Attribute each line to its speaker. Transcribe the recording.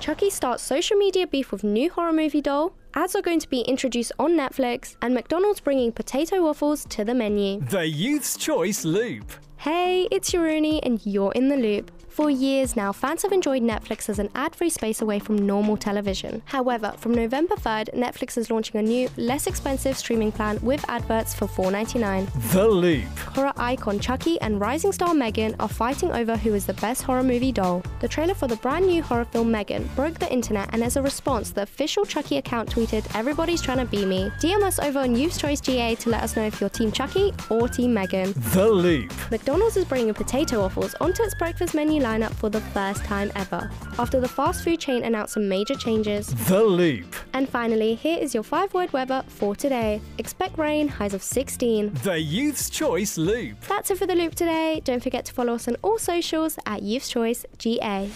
Speaker 1: Chucky starts social media beef with new horror movie doll, ads are going to be introduced on Netflix, and McDonald's bringing potato waffles to the menu.
Speaker 2: The Youth's Choice Loop.
Speaker 1: Hey, it's Yuruni, and you're in the loop. For years now, fans have enjoyed Netflix as an ad free space away from normal television. However, from November 3rd, Netflix is launching a new, less expensive streaming plan with adverts for $4.99.
Speaker 2: The Loop.
Speaker 1: Horror icon Chucky and rising star Megan are fighting over who is the best horror movie doll. The trailer for the brand new horror film Megan broke the internet, and as a response, the official Chucky account tweeted, Everybody's trying to be me. DM us over on Youth Choice GA to let us know if you're Team Chucky or Team Megan.
Speaker 2: The Loop.
Speaker 1: McDonald's is bringing potato waffles onto its breakfast menu lineup for the first time ever, after the fast food chain announced some major changes.
Speaker 2: The Loop.
Speaker 1: And finally, here is your five word weather for today. Expect rain, highs of 16.
Speaker 2: The Youth's Choice Loop.
Speaker 1: That's it for the loop today. Don't forget to follow us on all socials at Youth's Choice GA.